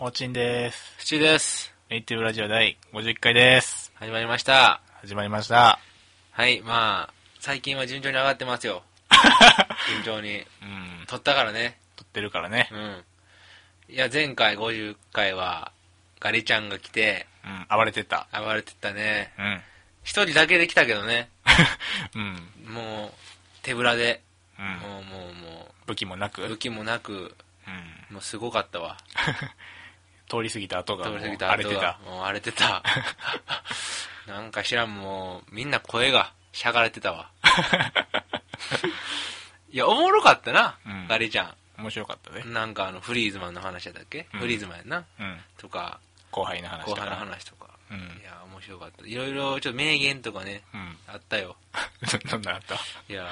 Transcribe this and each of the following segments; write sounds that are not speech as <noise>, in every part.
おちんです。ふちです。ネイティブラジオ第51回です。始まりました。始まりました。はい、まあ、最近は順調に上がってま <laughs> すよ。順調に。うん、撮ったからね。撮ってるからねう。ん。いや、前回50回は、ガリちゃんが来て、うん、暴れてた。暴れてたね。うん。 <laughs> 一人だけで来たけどね。うん、もう、手ぶらで。うん。もう、もう、も武器もなく、う、うん武。器もなく、もうすごかったわ。通り過ぎた後が通もうり過ぎた荒れ後てがた。。もう荒れてた。 <laughs> なんか知らん、もう、みんな声が、しゃがれてた <laughs> わ。いや、おもろかったな、うんガリちゃ面白かったねん。。なんかあの、フリーズマンの話やったっけ、うんフリーズマンやな。うん。とか、後輩の話後だか半のら。話とか。うんいや、面白かった。いろいろ、ちょっと名言とかね、あったよ。うん。 <laughs> どんなんあったいや、や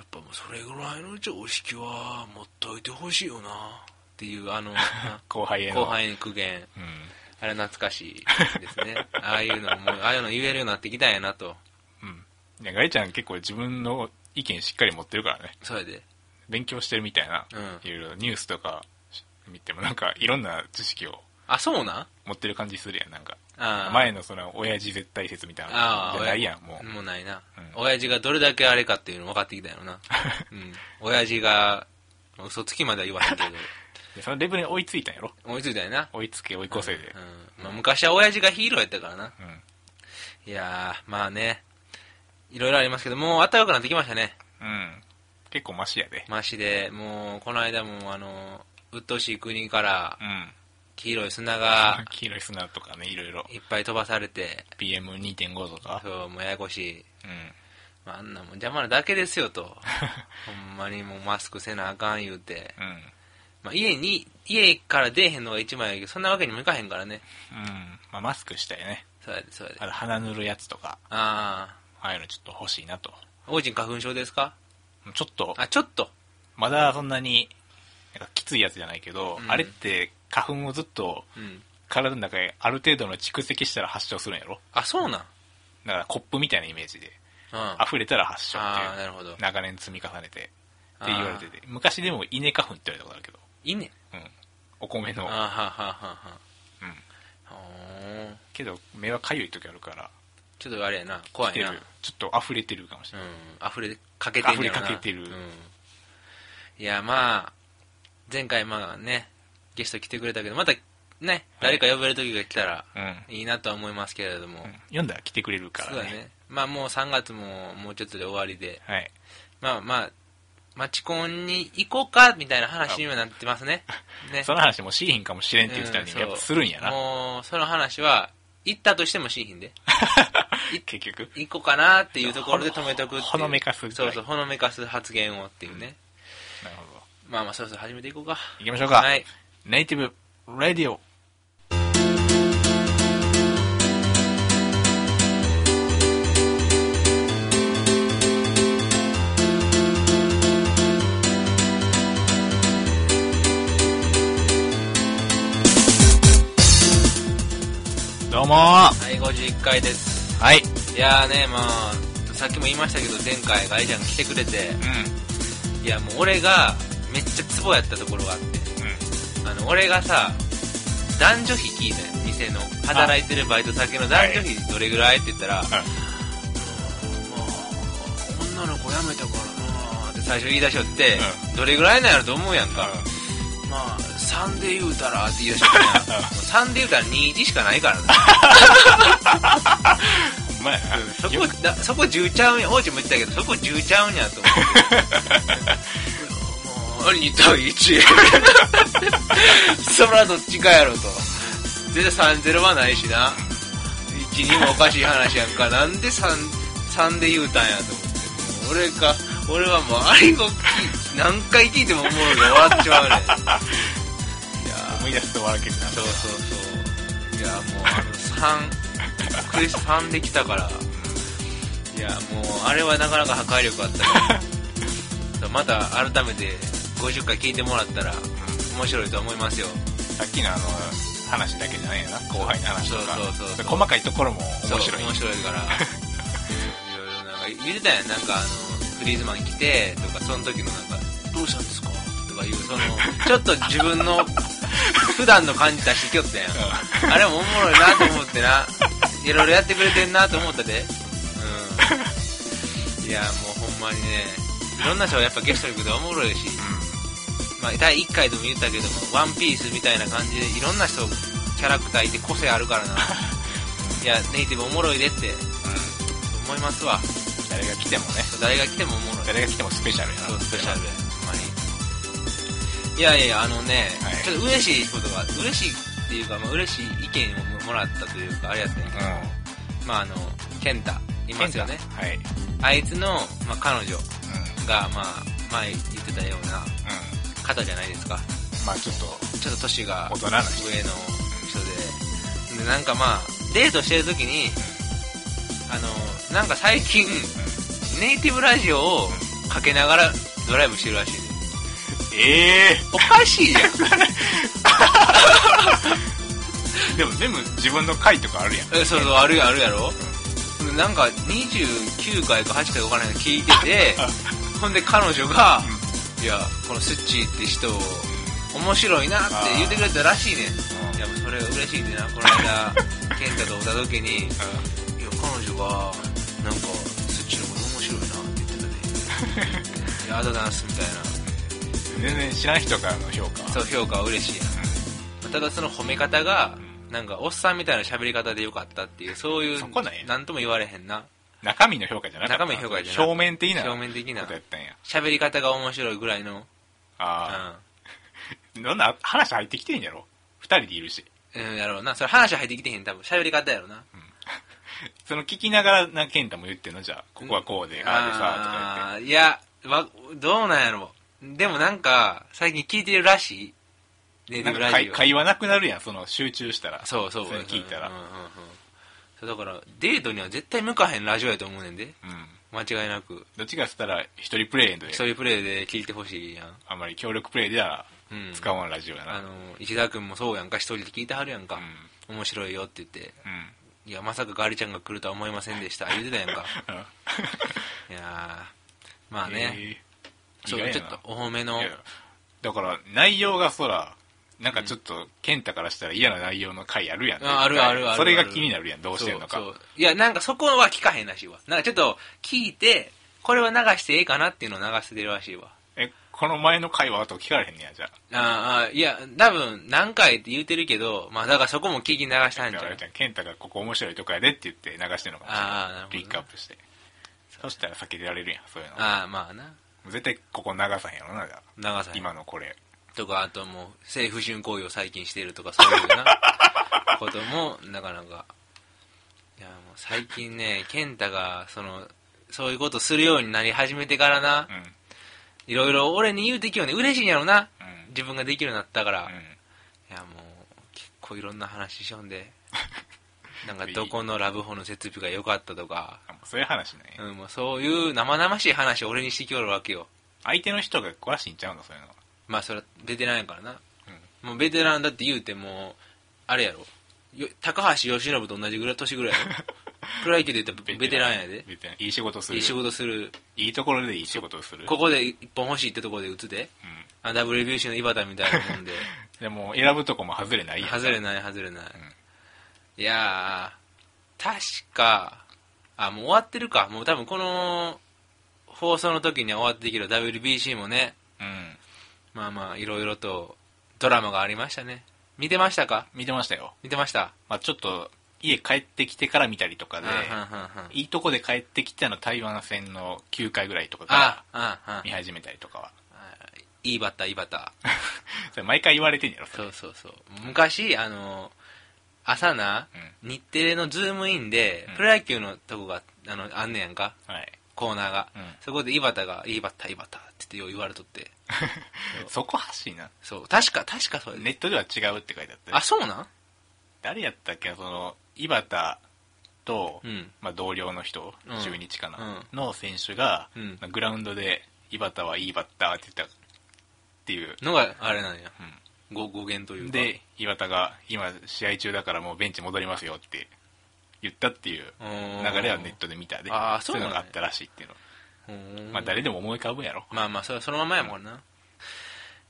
っぱもうそれぐらいの常識は持っといてほしいよな、っていう、 <laughs> あの、な後輩への。後輩の苦言。うん。あれ懐かしいですね。 <laughs> ああいうのも、ああいうの言えるようになってきたんやなと。うん。いや、ガリちゃん結構自分の意見しっかり持ってるからね。それで。勉強してるみたいな。うんいろいろニュースとか見てもなんかいろんな知識をあ、そうなん持ってる感じするやん、なんか。あー前のその親父絶対説みたいなのああ、じゃないやんも親う、もうないな、うん親父がどれだけあれかっていうの分かってきたんやろな。うん。親父が、嘘つきまでは言わへんけど、 <laughs> でそのレベルに追いついたんやろ追いついたんやな。追いつけ追い越せでうん。まあ、昔は親父がヒーローやったからな。うん、いやー、まあね。いろいろありますけど、もう暖かくなってきましたね。うん結構マシやでマシで、もう、この間も、あの、鬱陶しい国からう、ん黄色い砂が、黄色い砂とかねいろいろいっぱい飛ばされて、 PM2.5 とかそう、もうややこしい。うんまあ、あんなもん邪魔なだけです <laughs> よと。ほんまにもうマスクせなあかん言うて。うんまあ、家に、家から出えへんのが一枚やけど、そんなわけにもいかへんからね。うんまあマスクしたいねそうやで、そうやで。ああと鼻塗るやつとかあああいうのちょっと欲しいなとー。王子花粉症ですかちょっとあ、ちょっと。まだそんなになんかきついやつじゃないけど、うんあれって花粉をずっとうん。体の中へある程度の蓄積したら発症するんやろあ、そうなん。うん。だからコップみたいなイメージであ <laughs> 溢れたら発症っていうあー、なるほど。長年積み重ねてって言われてて昔でも稲花粉って言われたことあるけど、いいね。うん、お米あのー、はははうん、はは。ほーけど目はかゆい時あるからちょっとあれやな。怖来ていな。うるちょっと溢れてるかもしれない、ん。溢れかけてる溢れかけてるうん。いや、まあ、前回まあね、ゲスト来てくれたけど、またね、誰か呼べる時が来たら、うんいいなとは思いますけれども、うん読んだら来てくれるかそうらだねね、まあもう3月ももうちょっとで終わりで、はい、まあまあ、マチコンに行こうかみたいな話にはなってま <laughs> すね。ねその話もしいひんかもしれんって言ってたのうにんそうやっぱするんやな、もう、その話は、行ったとしてもしいひんで、結局行こうかなっていうところで止めとくっていう。ほのめかすぐそらういそう、ほのめかす発言をっていうね。なるほどまあまあ、そろそろ始めていこうか。行きましょうか、はい。ネイティブラディオどうもははい、51回です。いいやーね、まあ、さっきも言いましたけど、前回ガイちゃんが来てくれて、ういやもう俺が、めっちゃツボやったところがあって。んうんあの、俺がさ、男女比聞いたよ、店の。働いてるバイト先の男女比どれぐらいって言ったら、まあ、女の子辞めたからなって最初言い出しよって、どれぐらいなんやろと思うやんか。まあ、3で言うたらって言い出しよ <laughs> ってな。もう3で言うたら21しかないからな。うまいなそよこ、だそこ10ちゃうんや。王子も言ってたけど、そこ10ちゃうんやと思って。もう2対1 <laughs> そらどっちかやろと全然3-0はないしな1にもおかしい話やんかなんで 3, 3で言うたんやと思って俺か俺はもうあれを聞い何回聞いてもおもろいで終わっちまうねんいや思い出すと笑うけどなそうそうそういやもうあの3クリス3できたからいやもうあれはなかなか破壊力あったけどまた改めて50回聞いてもらったら面白いと思いますよさっきのあの話だけじゃないよな後輩の話とかそうそうそうそう細かいところも面白いそう面白いからいろいろなんか言ってたやんなんかあのフリーズマン来てとかその時のなんかどうしたんですかとかいうそのちょっと自分の普段の感じ出してきよったやん。あれもおもろいなと思ってな。いろいろやってくれてんなと思ったで。うん。いや、もうほんまにね、いろんな人がやっぱゲストに来るとおもろいし、まあ第1回でも言ったけども、ワンピースみたいな感じでいろんな人、キャラクターいて個性あるから <laughs> な。いや、ネイティブおもろいでって思いますわ。誰が来てもね、誰が来てもおもろい。誰が来てもスペシャルやな。そうスペシャルでほんまにいやいやあのね、はいちょっと嬉しいことが嬉しいっていうか、まあ、嬉しい意見をもらったというかあれやったんやけどうまああの健太いん。ますよね変だはい。うん。あいつの、まあ、彼女がまあ前言ってたようなう方じゃないですかん。まあちょっと、ちょっと年が大上人なの人。人ででなんかまあデートしてる時にあのなんか最近ネイティブラジオをかけながらドライブしてるらしいねええおかしいやんー。でも全部自分の回とかあるやん。 <laughs> えそうそうあるあるやろなんか29回か8回か分からないけど聞いて <laughs> てほんで彼女が「いやこのスッチーって人面白いな」って言ってくれたらしいねんいやもうそれが嬉しいでなこの <laughs> 間健太とおった時に「いや彼女がなんかスッチーのこと面白いな」って言って <laughs> たね「いやありがとうございます」みたいうん全然知らん人からの評価なそう評価は嬉しいやんただその褒め方がなんかおっさんみたいな喋り方でよかったっていうそういうそこなんやなんとも言われへんな中身の評価じゃなかった中身の評価じゃなかった表面的な表面的なことやったんや喋り方が面白いぐらいの、ああどんな話入ってきてんやろ二人でいるしうん、うん、やろうな。それ話入ってきてへん、多分。喋り方やろな。その聞きながらな健太も言ってんのじゃあここはこうでああでさあーいや、わ、どうなんやろでもなんか、最近聞いてるらしい。ネとかイ言ってティなんブラかジ会オ。会話なくなるやんその集中したらそうそう。それ聞いたらうんうんうんうんそうだから、デートには絶対向かへんラジオやと思うねんで。うん間違いなく。どっちかっつったら一人プレイで一人プレイで聞いてほしいやん。あんまり協力プレイではうん。使わんラジオやなあうんの、石田君もそうやんか、一人で聞いてはるやんか。面白いよって言って。いや、まさかガリちゃんが来るとは思いませんでした。言うてたやんか。うんいやーまあね、えーそう意外ちやょっなとお褒めのいやだから内容がそらなんかちょっと健太からしたら嫌な内容の回あるやん、ああるあるあるそれが気になるやんどうしてんのそうかそういやなんかそこは聞かへんらしいわなんかちょっと聞いてこれは流してええかなっていうのを流してるらしいわえこの前の回はあと聞かれへんねやじゃああーあーいや多分何回って言うてるけどまあだからそこも聞き流したんじだゃかならいじゃあ健太がここ面白いとこやでって言って流してるのかもしれないあーなるほピどックアップしてそしたら避けてられるやんそういうのああまあな絶対ここ流さへんやろなじゃあ長さ今のこれとかあともう性不純行為を最近してるとかそういうな <laughs> こともなかなかいやもう最近ね健太がそのそういうことするようになり始めてからなうんうんいろいろ俺に言うてきよね嬉しいんやろな自分ができるようになったから、ういんやもう結構いろんな話しよん <laughs> でなんかどこのラブホの設備が良かったとか、あそういう話ね、うん、もうそういう生々しい話を俺にしてきよるわけよ相手の人が詳しいんちゃうのそういうのはまあそれはベテランやからな、もうベテランだって言うてもあれやろよ高橋由伸と同じぐらい年ぐらいや <laughs> ろプロ野球で言ったらベテランやでベテランいい仕事するいい仕事するいいところでいい仕事をするここで一本欲しいってところで打つでうんあ WBC の井端みたいなもん <laughs> ででも選ぶとこも外れないやん外れない外れない、いやー確かあもう終わってるかもう多分この放送の時には終わっていけど WBC もねうんまあまあいろいろとドラマがありましたね見てましたか見てましたよ、見てましたまあ、ちょっと家帰ってきてから見たりとかであはんはんはんいいとこで帰ってきての台湾戦の9回ぐらいとかかあああら見始めたりとかはいいバッターいいバッタ <laughs> ーそれ毎回言われてんやろそれそうそうそう昔あの朝な、日テレのズームインで、うんプロ野球のとこがあのあんねやんかはい、コーナーが、うんそこで井端が「いいバッターいいバッター」って言ってよう言われとってそこ発信なそう確か確かそれ、ネットでは違うって書いてあってあそうなん誰やったっけなその井端と、うんまあ、同僚の人、うん中日かな、の選手が、うんまあグラウンドで井端はいいバッターって言ったっていうのがあれなんや、ご語源というかで岩田が今試合中だからもうベンチ戻りますよって言ったっていううーん流れはネットで見たであーそういうなんやのがあったらしいっていうの、うーんまあ誰でも思い浮かぶんやろまあまあそれはそのままやもんな、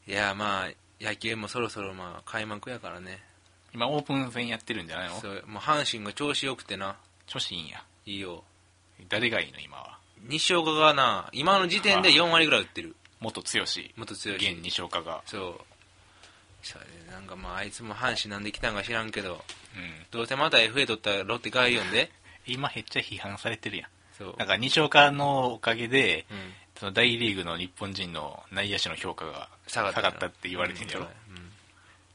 いやまあ野球もそろそろまあ開幕やからね今オープン戦やってるんじゃないのそうもう阪神が調子よくてな調子いいんやいいよ誰がいいの今は西岡がな今の時点で4割ぐらい打ってる元剛現元強い西岡がそうそうねなんかまああいつも阪神なんで来たんか知らんけどうんどうせまた FA 取ったらロッテ外4で今めっちゃ批判されてるやんそうだから西岡のおかげで、うんその大リーグの日本人の内野手の評価が下がった下って言われてんやろ、うんうん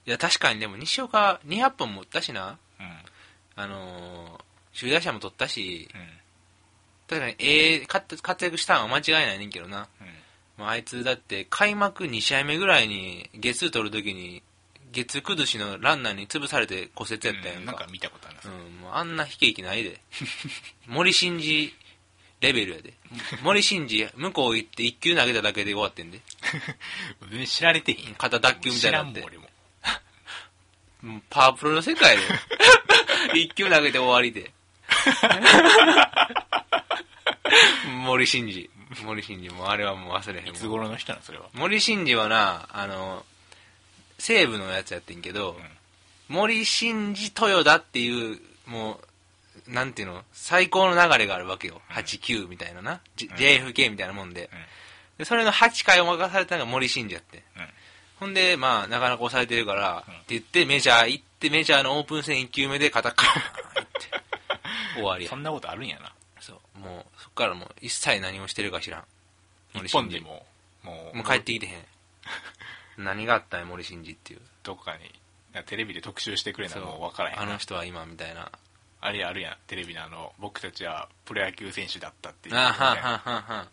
いや確かにでも西岡200本も打ったしなうんあのー首位打者も取ったしうん確かにええ活活躍したんは間違いないねんけどな、うんまあ、あいつだって開幕2試合目ぐらいに月取るときに月崩しのランナーに潰されて骨折やったやうんんか,、なんか見たことあるな、うん、もうあんな悲劇ないで <laughs> 森進二レベルやで森進二向こう行って1球投げただけで終わってんで全然知られてへんやん肩脱臼みたい知にらなんっもてん俺ももうパワープロの <laughs> 世界で一球投げて終わりで森進二森進二もうあれはもう忘れへんいつ頃の人なのそれは森進二はなあの西武のやつやってんけど、森進二豊田っていうもうなんていうの最高の流れがあるわけよ89みたいなな、J- JFK みたいなもんで,、うんでそれの8回を任されたのが森進二やってんうんほんで、まあ、なかなか抑えてるから、うんって言って、メジャー行って、メジャーのオープン戦1球目で <laughs> 肩カーンって、終わりやそ。んなことあるんやなそう。もう、そっからもう、一切何をしてるか知らん。森日進本二で。ももうもう帰ってきてへん。 <laughs> 何があったんや、森進二っていう。どこかになんかテレビで特集してくれなのも分からへんなあの人は今、みたいな。あれあるやんテレビのあの僕たちはプロ野球選手だったっていうあはんはんはんはん。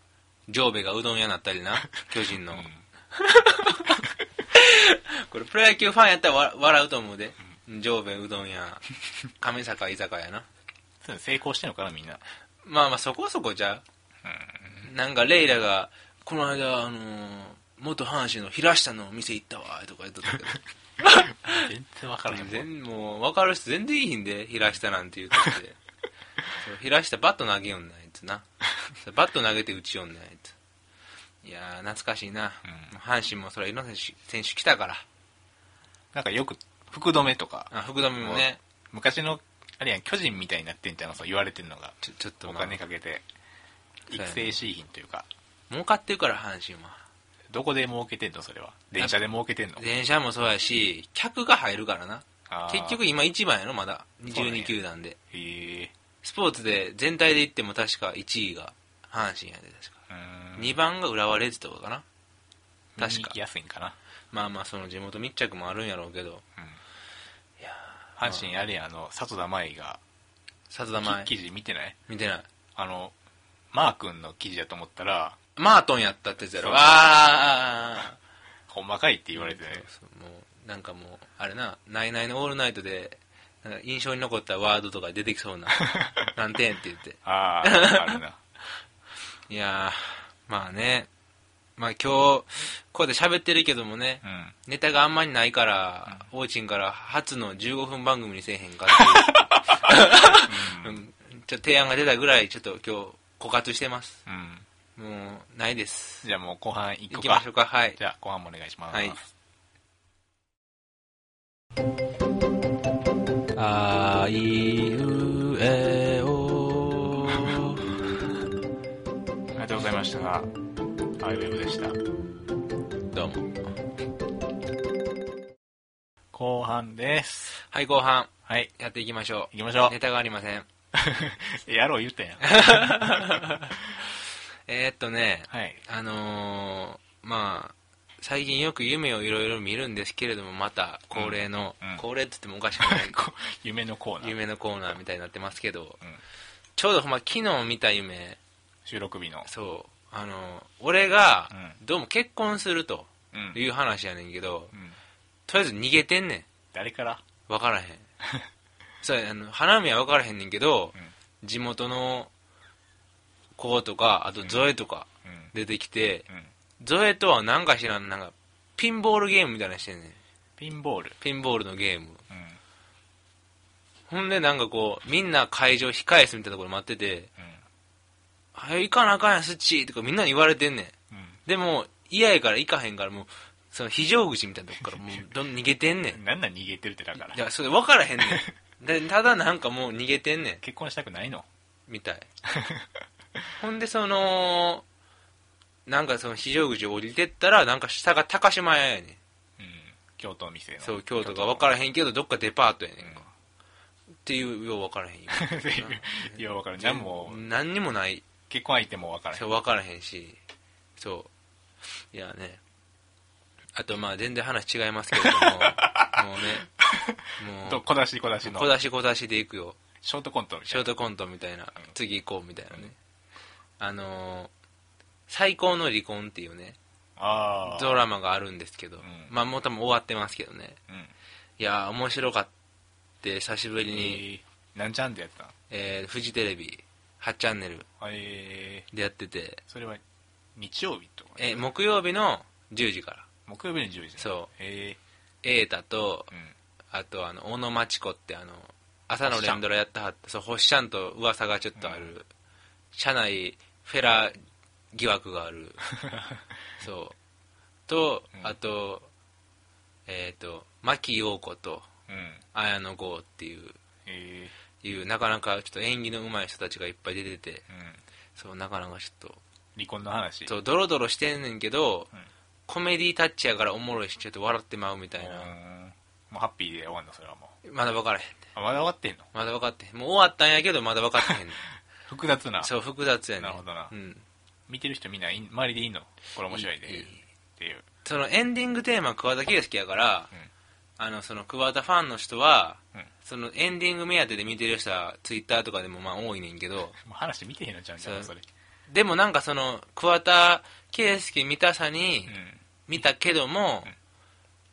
上部がうどん屋になったり <laughs> な、巨人の。これ、プロ野球ファンやったらわ笑うと思うで。上部うどん <laughs> 屋、亀坂居酒屋な。そう成功してんのかなみ <laughs> んなまあまあそこそこじゃう、なんかレイラが「この間あのー元阪神の平下のお店行ったわ」とか言っとったけど全然分からへん全もん然もう分かる人全然いいんで平下なんて言うとって <laughs> そう平下バット投げよんねんあいつなそうバット投げて打ちよんねんあいついやー懐かしいな、うん阪神もそれいろんな選手選手来たからなんかよく福留とかあ福留もね昔のあれやん巨人みたいになってんじゃんそう言われてんのがちょちょっとおまあ金かけてそうや育ね成製品というか儲かってるから阪神はどこで儲けてんのそれは電車で儲けてんの電車もそうやし客が入るからなあー結局今一番やろまだそうなん12や球団でへえスポーツで全体で言っても確か1位が阪神やで確か、2番が浦和レッズとかかな確行かきやすいんかなまあまあその地元密着もあるんやろうけど阪神あれやんあの里田舞がさ田前記記事見てない見てないあのマー君の記事だと思ったらマートンやったってやつやろそうあーほんまかいって言あわーあーあーれてねそうそうもうなんかもうあれな「ナイナイのオールナイトで」なんか印象に残ったワードとか出てきそう <laughs> な何点って言ってあああるないやーまあねまあ今日ここで喋ってるけどもね、うんネタがあんまりないから、オーチンから初の15分番組にせえへんかっていう、うんちょっと提案が出たぐらい、ちょっと今日、枯渇してます。うんもう、ないです。じゃあもう後半行行こうきましょかうか、はい。じゃあ後半もお願いします、はいあいうえおありがとうございましたアイウェブでした <laughs> どうも。後半ですはい、後半、はいやっていきましょ行きましょう。ネタがありません。うやろう言った <laughs> やんえー、っとね、はいあのーまあ、最近よく夢をいろいろ見るんですけれども、また恒例の、うんうん恒例って言ってもおかしく <laughs> ない、こ夢のコーナー夢のコーナーみたいになってますけど、うんちょうどほんま昨日見た夢、収録日のそうあの俺がうどうも結婚するとうん、いう話やねんけど、うん、とりあえず逃げてんね誰からん <laughs> 分からへんそうあの花見は分からへんねんけど、うん地元の子とかあとゾエとかうん出てきて、うんゾエとは何か知らんなんかピンボールゲームみたいなのしてんねんピンボールピンボールのゲームうんほんでなんかこうみんな会場控え室みたいなところ待ってて「はよ行かなあかんやんスッチー」とかみんなに言われてんねんうんうんでも嫌やから行かへんからもうその非常口みたいなとこからもうどんどん逃げてんねんなんなん逃げてるってだからいやそれ分からへんねんでただなんかもう逃げてんねん結婚したくないのみたいほんでそのなんかその非常口を降りてったらなんか下が高島屋やねんうん京都の店のそう京都が分からへんけどどっかデパートやねんうんか、っていうよう分からへんよ <laughs> いや分からん <laughs> 何も何にもない結婚相手も分からへんそう分からへんしそういやねあとまあ全然話違います <laughs> けれどももうねもとう小出し小出しの小出し小出しでいくよショートコントみシたョーいなトコントみたいな、次行こうみたいなね、うんあのー最高の離婚」っていうねああドラマがあるんですけど、んまあもう多分終わってますけどねうんいやー面白かった久しぶりに、えーなんちゃんでやったえーフジテレビ8チャンネルのえでやってて、ーそれは日曜日とかえー木曜日の10時から木曜日の10時そうえ瑛太とーうんあとあの小野真知子ってあの朝の連ドラやってはったそう星ちゃんと噂がちょっとある、う社内フェラ疑惑がある <laughs> そうと、うんあとえっ、と牧陽子とうん綾野剛っていうえいうなかなかちょっと演技の上手い人たちがいっぱい出ててーうんそうなかなかちょっ離婚の話とそうドロドロしてんねんけど、うんコメディタッチやからおもろいしちょっと笑ってまうみたいな、うんもうハッピーで終わんのそれはもうまだ分からへんあまだ終わってんのまだ分かってへんもう終わったんやけどまだ分かってへん複雑なそう複雑やねなるほどなうん、見てる人みんないん周りでいいのこれ面白いでいいいいっていうそのエンディングテーマ桑田佳祐やから、うんあのその桑田ファンの人は、うんそのエンディング目当てで見てる人はツイッターとかでもまあ多いねんけどもう話見てへんのちゃうんじゃんそそうれでもなんかその桑田佳祐見たさにうん見たけども、うん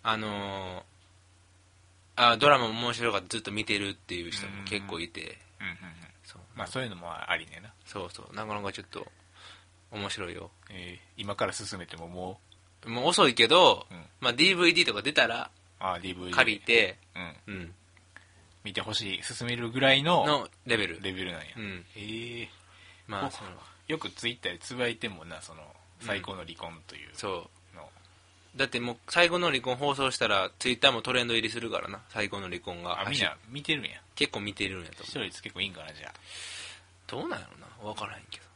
あのーあドラマも面白かったずっと見てるっていう人も結構いて、うんうんうんそうまあそういうのもありねんなそうそうなかなかちょっと面白いよえー今から進めてもももう遅いけど、うんまあ、DVD とか出たらうあー DVD 借りて、うんうん、見てほしい進めるぐらいののレベルレベルなんやうんえーまあおそのよくツイッターでつぶやいてんもんなその最高の離婚というそのうだってもう最後の離婚放送したらツイッターもトレンド入りするからな最後の離婚があみんな見てるんや結構見てるんやと視聴率結構いいんかなじゃあ思うどうなんやろうな分からへんけど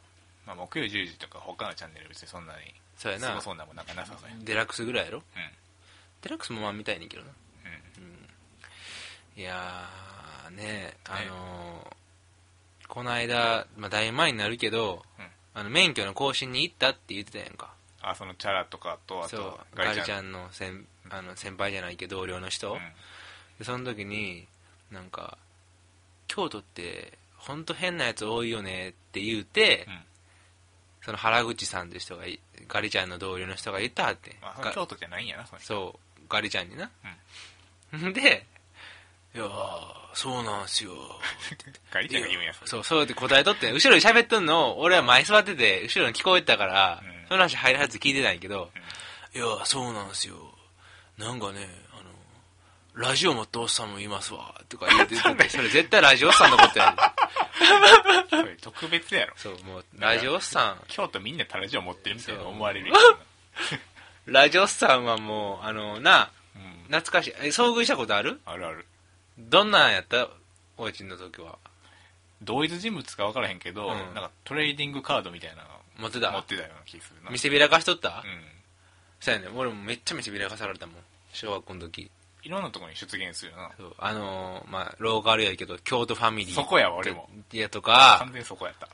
まあ木曜10時とか他のチャンネル別にそんなにそうやすごなそうなもんなんかなさそうやデラックスぐらいやろうんデラックスもまあ見たいねんけどなうんいやーねあのー、この間、まあ、だいぶ前になるけど、うんあの免許の更新に行ったって言ってたやんかあそのチャラとかとあそとうガリちんゃんの先あの先輩じゃないけど同僚の人、うんでその時になんか京都ってほんと変なやつ多いよねって言うて、うんその原口さんって人がいガリちゃんの同僚の人が言ったはってんまあそがの京都じゃないんやなその人そうガリちゃんにな、ん、 <laughs> で「いやーそうなんすよ」ガリいちゃやんが言うんやそれそうそうやって答えとって後ろに喋っとんの俺は前座ってて後ろに聞こえてたから、うんその話入らず聞いてないけど、いやそうなんすよなんかねあのラジオ持ったおっさんもいますわとか <laughs> 言ってたそれ絶対ラジオおっさんのことやねそれ特別やろそうもうラジオおっさ京都みんなタラジオ持ってるみたいな思われるやんラジオおっさんはもうあのなつうん懐かしいえ遭遇したことあるあるあるどんなんやったおうちの時は同一人物か分からへんけど、うんなんかトレーディングカードみたいなの持ってた持ってたような気するな見せびらかしとった、うんそうやね俺もめっちゃ見せびらかされたもん小学校の時いろんなとこに出現するよなそうあのーまあローカルやけど京都ファミリーそこやわ俺もやとか完全にそこやった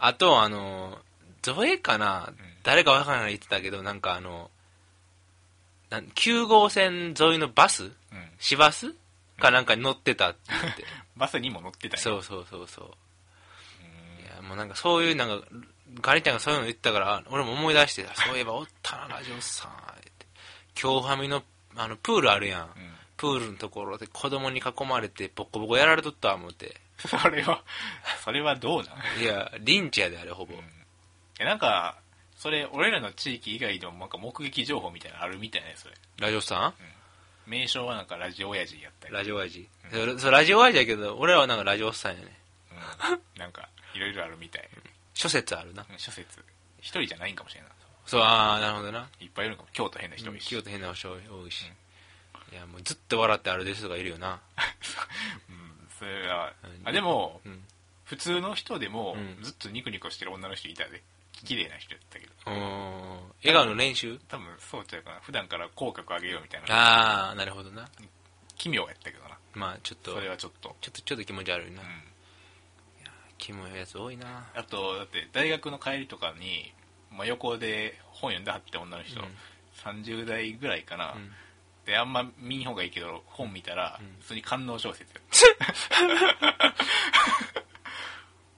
あとあのーゾエかな、誰かわからない言ってたけどなんかあのなん9号線沿いのバスうん市バスかなんかに乗ってたって <laughs> 言って、バスにも乗ってたんやそうそうそうそううんいやもうなんかそういうなんかガリちゃんがそういうの言ってたから俺も思い出してあそういえばおったなラジオさんって京ハミのあのプールあるやん、うん <laughs> プールのところで子供に囲まれてボコボコやられとった思ってそれはそれはどうなんいや、リンチやで、あれ、ほぼ。えなんかそれ俺らの地域以外でもなんか目撃情報みたいなのあるみたいねそれラジオさん名称はなんかラジオ親父やったり、ラジオ味。そうそうラジオ味やけど、俺らはなんかラジオおっさんやね。うんなんかいろいろあるみたい諸説あるな。諸説一人じゃないんかもしれんないそう、ああ、なるほどな。いっぱいいるのかも京都変な人もいるし京都変な人多いし。いや、もうずっと笑ってある弟子とかいるよな。 <laughs> うんそれはあでも、うん普通の人でも、うんずっとニコニコしてる女の人いたで綺麗な人やったけどうーん。笑顔の練習多分そうちゃうかな普段から口角上げようみたいなああ、なるほどな。奇妙やったけどなまあ、ちょっと、それちょはちょっと、っと、ちょっと気持ち悪いなうん。キモいやつ多いな。あとだって大学の帰りとかに、まあ、横で本読んだって女の人、うん30代ぐらいかな、んであんま見ん方がいいけど本見たら、普通に官能小説や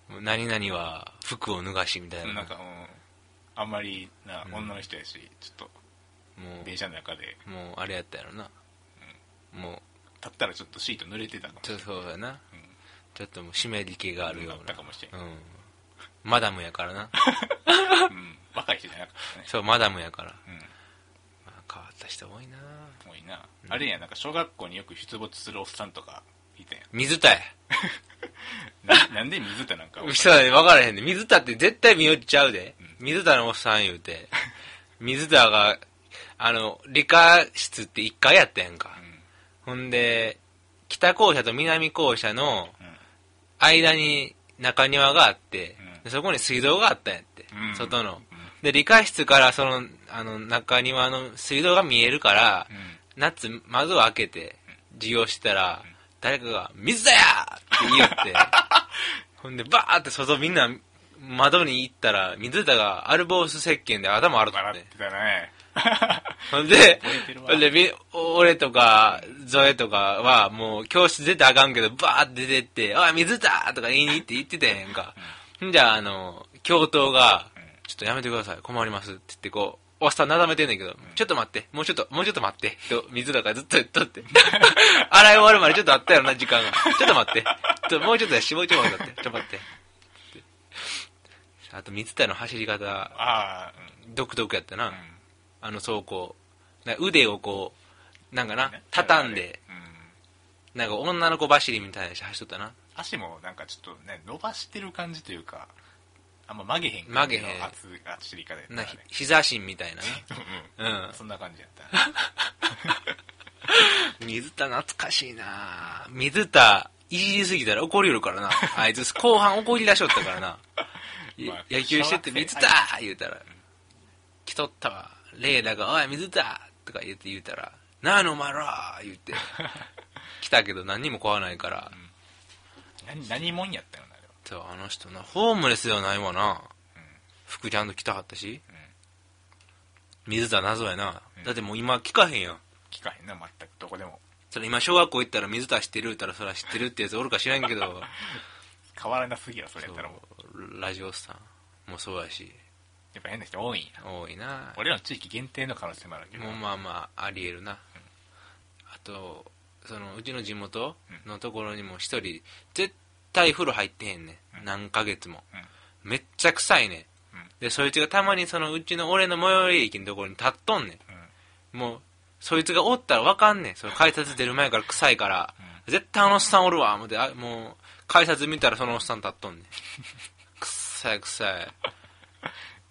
もう何々は服を脱がしみたいな。なんか、うん、あんまりな女の人やし、ちょっもと電車の中でう、もうあれやったやろな。もう、立ったらちょっとシート濡れてたかもしちょっとそうやな。うんちょっともう湿り気があるよあっうたな。かもしれんうん。マダムやからな。れない、うん、若い人じゃなかったねそう、マダムやから。うまあ、変わった人多いな。んもういいな、あれやなんか小学校によく出没するおっさんとかいたや水田や。んななんで水田なんか嘘だね、分からへんね。水田って絶対見よっちゃうで。水田のおっさん言うて。水田が、あの、理科室って1階やったやんかう。んほんで、北校舎と南校舎の間に中庭があって、うんでそこに水道があったんやって。うん外のうん。で、理科室からその、あの、中庭の水道が見えるから、うんうん夏、窓を開けて、授業してたら、誰かが、水だよって <laughs> 言って、ほんで、バーって外みんな、窓に行ったら、水田がアルボウス石鹸で頭洗っ笑て。っててたね <laughs> ほんで覚えてる、わほんでみ俺とか、ゾエとかは、もう、教室出てあかんけど、バーって出てって、おい、水田とか言いに行って言ってたやんか。んじゃあ、あの、教頭がうん、ちょっとやめてください、困りますって言って、こう、おっさんなだめてんねんけど、ちょっと待って、もうちょっと、もうちょっと待って、と、水だからずっと言っとって。 <laughs> 洗い終わるまでちょっとあったよな、時間が。ちょっと待って。ちょもうちょっとやし、もうちょっと待って。ちょっと待って。ってあと、水田の走り方、ああ独特やったな。うんうんあの走行。な腕をこう、なんかなね、畳んで、うんなんか女の子走りみたいなし走っとったな。足もなんかちょっとね伸ばしてる感じというかあんま曲げへん曲げへん厚走り方やったなねひ膝芯みたいなね。うんうんそんな感じやった水田懐かしいな水田、いじりすぎたら怒りよるからな。あいつ、後半怒り出しよったからな。いまあ野球してて、小学水生田言うたら、来とったわ。レーダーが、おい、水田とか言って言うたら、なあのお前ら言って、来たけど何にも怖ないから、何何もんやったよなあれはそう、あの人な、ホームレスではないわな。服ちゃんと着たかったし、水田謎やな。うんだってもう今聞かへんやん。聞かへんな全くどこでもそれ今小学校行ったら水田知ってる言うたらそら知ってるってやつおるか知らん <laughs> けど、変わらなすぎやそれやったらもうそうラジオスさんもそうやしやっぱ変な人多いんや多いな俺らの地域限定の可能性もあるけどもうまあまあありえるな、あとそのうちの地元のところにも一人絶対風呂入ってへんね、ん何ヶ月も、めっちゃ臭いね、うんでそいつがたまにそのうちの俺の最寄り駅のところに立っとんねうんんもうそいつがおったらわかんねんその改札出る前から臭いから、絶対あのおっさんおるわ思ってあもう改札見たらそのおっさん立っと <laughs> んねん臭い臭い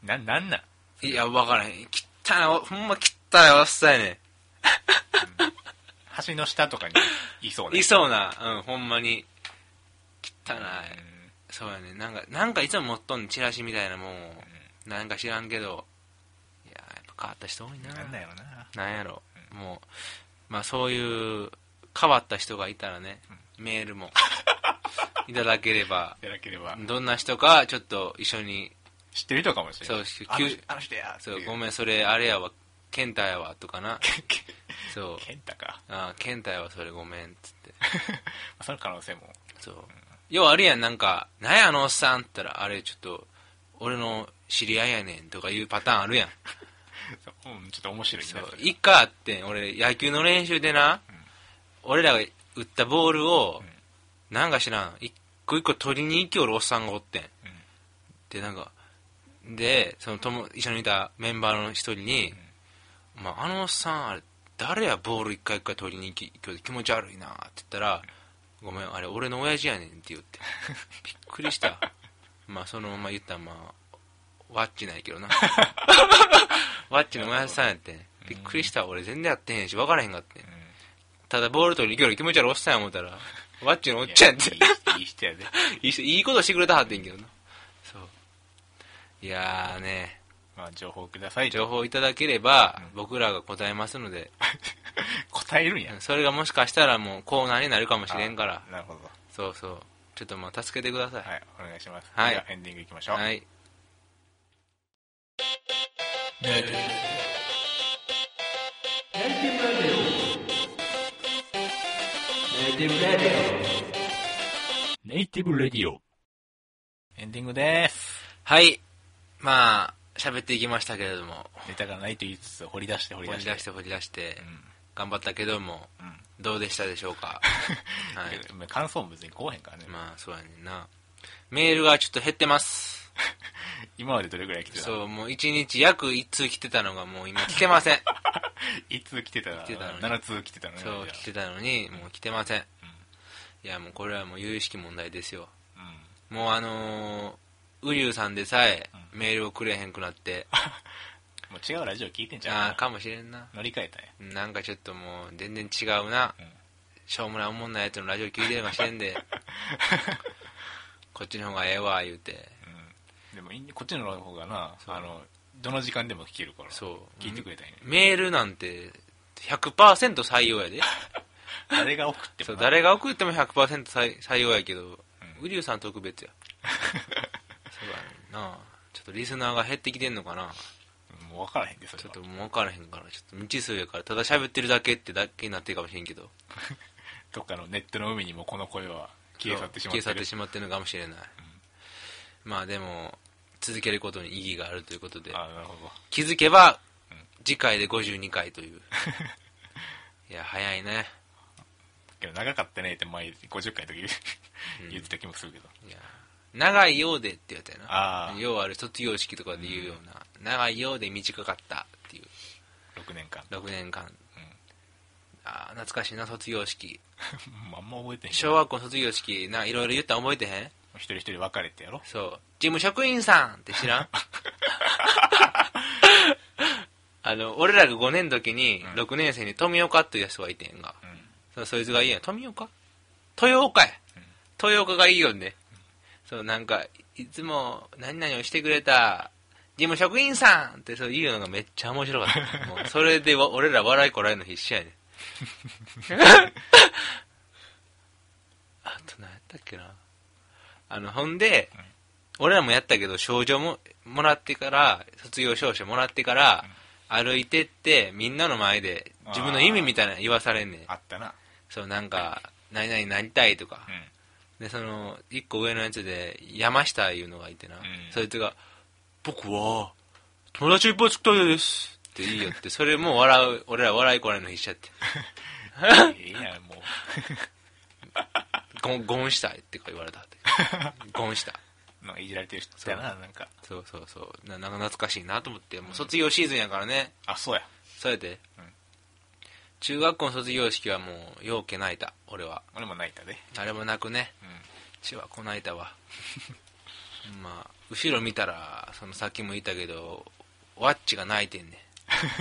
ななんなんいや、わからへん。汚いお、ほんま汚いおっさんやね橋の下とかにいそうねん。いそうな、うん、ほんまに。汚い。うんそうやねんなんか、なんかいつも持っとんねんチラシみたいなもんを。なんか知らんけど。いや、やっぱ変わった人多いな。なんだよななんやろ。もう、まあそういう、変わった人がいたらね、メールも、 <laughs> いただけれ <laughs> ば、やらければどんな人か、ちょっと一緒に、知ってる人かもしれないそうあの急あの人やそう、ごんめん、それ、あれやわ、ケンタやわ、とか <laughs> な。そう。 <laughs> 健太か <laughs> ああ、ケンタやわ、それごめん、つって。その可能性もそう。要はあれやん、なんか、なんやあのおっさんって言ったら、あれちょっと、俺の知り合いやねんとかいうパターンあるやん。そううんちょっと面白いなそうそ。れ一回あってん、俺野球の練習でな、俺らが打ったボールを、なんか知らん、一個一個取りに行きおるおっさんがおってん。うんで、なんか、で、その友、一緒にいたメンバーの一人に、まあ、あのおっさん、あれ、誰やボール一回一回取りに行き、今日気持ち悪いなって言ったら、ごめん、あれ、俺の <laughs> 親父やねんって言って。びっくりした。まあ、そのまま言ったら、まあ、ワッチない <laughs> けどな。ワッチのもやしさんやってん。びっくりした。俺全然やってへんし、分からへんかってんう。んただボール取りに行くより気持ち悪いおっさんや思 <laughs> ったら、ワッチのおっちゃんやって。いやいいいい人や <laughs> で。いい人いいことしてくれたはってんけどな。そう。いやーね、まあ、情報ください。情報いただければ、うん僕らが答えますので、答えるんや。それがもしかしたらもうコーナーになるかもしれんからあ。なるほど。そうそう。ちょっとまあ助けてください。はい、お願いします。はいではエンディングいきましょう。はい。ネイティブレディオ。エンディングです。はい。まあ、喋っていきましたけれども、ネタがないと言いつつ、掘り出して掘掘り出りして。出して掘り出してう、ん。頑張ったけども、うん。どうでしたでしょう <laughs> か。はい。まあ感想も別にこうへんからね。まあ、そうやねんな。メールがちょっと減ってます。今までどれぐらい来てたそう、もう1日約1通来てたのがもう今来て <laughs> ません。いつ来てたら、来てたのに7通来てたのね。そう、じゃあ来てたのに、もう来てません。いや、もうこれはもう有意識問題ですよ。うん。もうあのー、ウリュウさんでさえうメールをくれへんく <laughs> なって、もう違うラジオ聞いてんじゃあん。あ、かもしれんな。乗り換えたね。なんかちょっともう全然違うな。うんしょうもないおもんないやつのラジオ聞いてるかして <laughs> んで、こっちの方がええわ、言うて。うん。でもいい、こっちの方がな、そうあの、どの時間でも聞けるから。そう聞いてくれたんやね。メールなんて100%採用や <laughs> で。誰が送ってそうもな。誰が送っても100%採採用やけど、うんウリュウさん特別や <laughs> そうやねんなちょっとリスナーが減ってきてんのかなもう分からへんで、それちょっはと。もう分からへんからちょっと未知数やからただ喋ってるだけってだけになってるかもしれんけどどっかのネットの海にもこの声は消え去ってしまっ消え去てっるて。しまってるのかもしれない、まあでも続けることに意義があるということでああ、なるほど。気づけばうん次回で52回 <laughs> といういや早いねけど長かったねって前50回の時 <laughs> 言う言ってた気もするけど、いや長いようでってやつやあなーようある卒業式とかで言うような、長いようで短かったっていう6年 <laughs> 間6年間、ああ懐かしいな卒業式あんま覚えてへんけど小学校の卒業式ないろいろ言ったん覚えてへん一人一人別れてや <laughs> ろそう事務職員さんって <laughs> 知らんあの俺らが5年の時にうん6年生に富岡っていう人がいてんが、うんそそいつがいいやん富岡豊岡や、豊岡がいいよね、そうなんかいつも何々をしてくれた事務職員さんってそういうのがめっちゃ面白かったもうそれでわ俺ら笑いこらえるの必死やねんあと何やったっけなあのほんで、俺らもやったけど賞状ももらってから卒業証書もらってから、歩いてってみんなの前で自分の意味みたいなの言わされんねんあったなそうなんか何々なりたいとかうん、 <laughs> でその一個上のやつで山下いうのがいてな、んそいつが「僕は友達いっぱい作ったいです」って言いよってそれも笑う俺ら笑いこらえるの必死やってええやんもう「ゴンゴンしたい」ってか言われたってゴンしたなんかいじられてる人やななんかそうそうそうななんか懐かしいなと思ってもう卒業シーズンやからねあそうやそうやって、うん中学校の卒業式はもうようけ泣いた俺は俺も泣いたで誰も泣くねうんちはこないだわ <laughs> まあ後ろ見たらそのさっきも言ったけどワッチが泣いてんね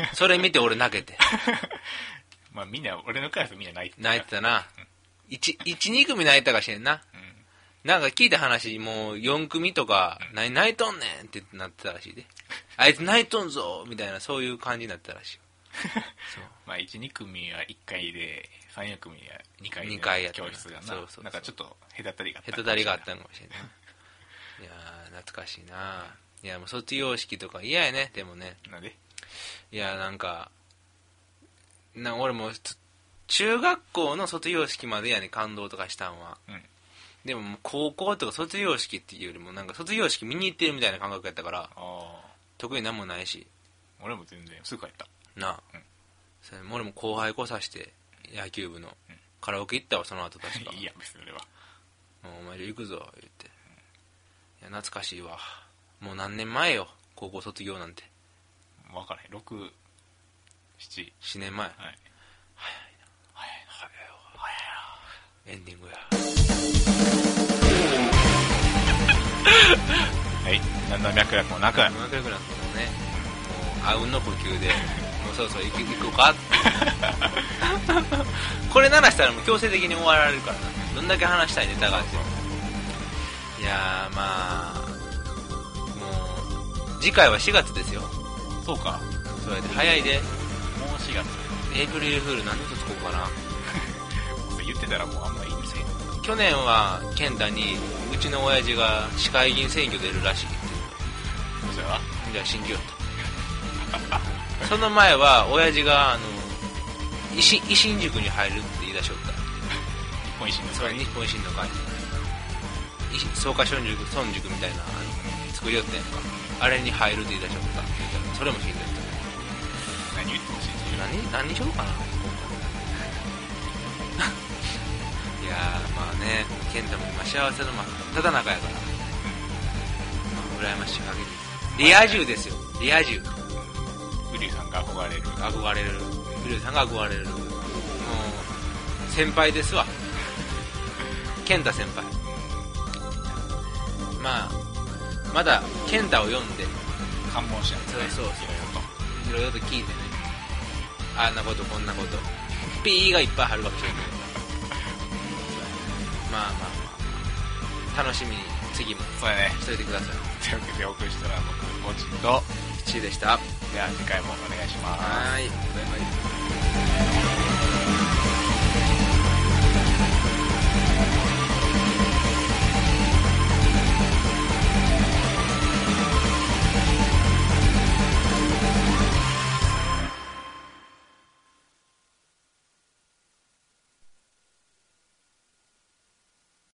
んそれ見て俺泣 <laughs> けてまあみんな俺のクラスみんな泣いて泣いてたな12組泣いたかしれんなうんなんか聞いた話もう4組とか「何泣いとんねん」ってなってたらしいで「あいつ泣いとんぞ」みたいなそういう感じになってたらしいそうまあ12組は1回で34組は2回で二回やったな教室がなそうそうそうなんかちょっと隔たりがあったへたたりがあったのかもしれないいやー懐かしいないやもう卒業式とか嫌やねでもねなんでいやなんかな俺もつ中学校の卒業式までやね感動とかしたんはうんでももう高校とか卒業式っていうよりもなんか卒業式見に行ってるみたいな感覚やったからああ特になんもないし俺も全然すぐ帰ったなあ、うんそれも俺も後輩来さして野球部の、うんカラオケ行ったわその後確か <laughs> いいや別に俺はもうお前ら行くぞ言っていや懐かしいわもう何年前よ高校卒業なんて分からへん67 4年前はいエンディングやエはい何の脈絡もなくもう仲良くなってもねもうあうんの呼吸でもうそろそろ行く行こうかってこれならしたらもう強制的に終わられるからなどんだけ話したいネタがあってもいやーまあもう次回は4月ですよそうかそうやって早いでもう4月エイプリルフール何とつこうかな言ってたらもうあんまいいんですよ去年は健太にうちの親父が市会議員選挙出るらしいってそれはじゃあ信じようと <laughs> その前は親父があの維新維新塾に入るって言い出しよった日本維新のそれ会日本維新の会維新草加村塾村塾みたいなあの作りよったやんかあれに入るって言い出しよったって言ったらそれも信じよった何言ってほしい何何にしよう <laughs> かないやーまあね健太も今幸せの真っただ中やから、まあ、羨ましい限りですリア充ですよリア充ウリュウさんが憧れる憧れるブルーさんが憧れるもう先輩ですわ健太先輩まあまだ健太を読んで関門者そうそうそういろいろといろいろと聞いてねあんなことこんなことピーがいっぱい貼るわけじゃないまあまあまあ楽しみに次もそうだねしといてくださいというわけでお送りしたら僕コーチンとチーでしたはでは次回もお願いしますーいバイバ「イ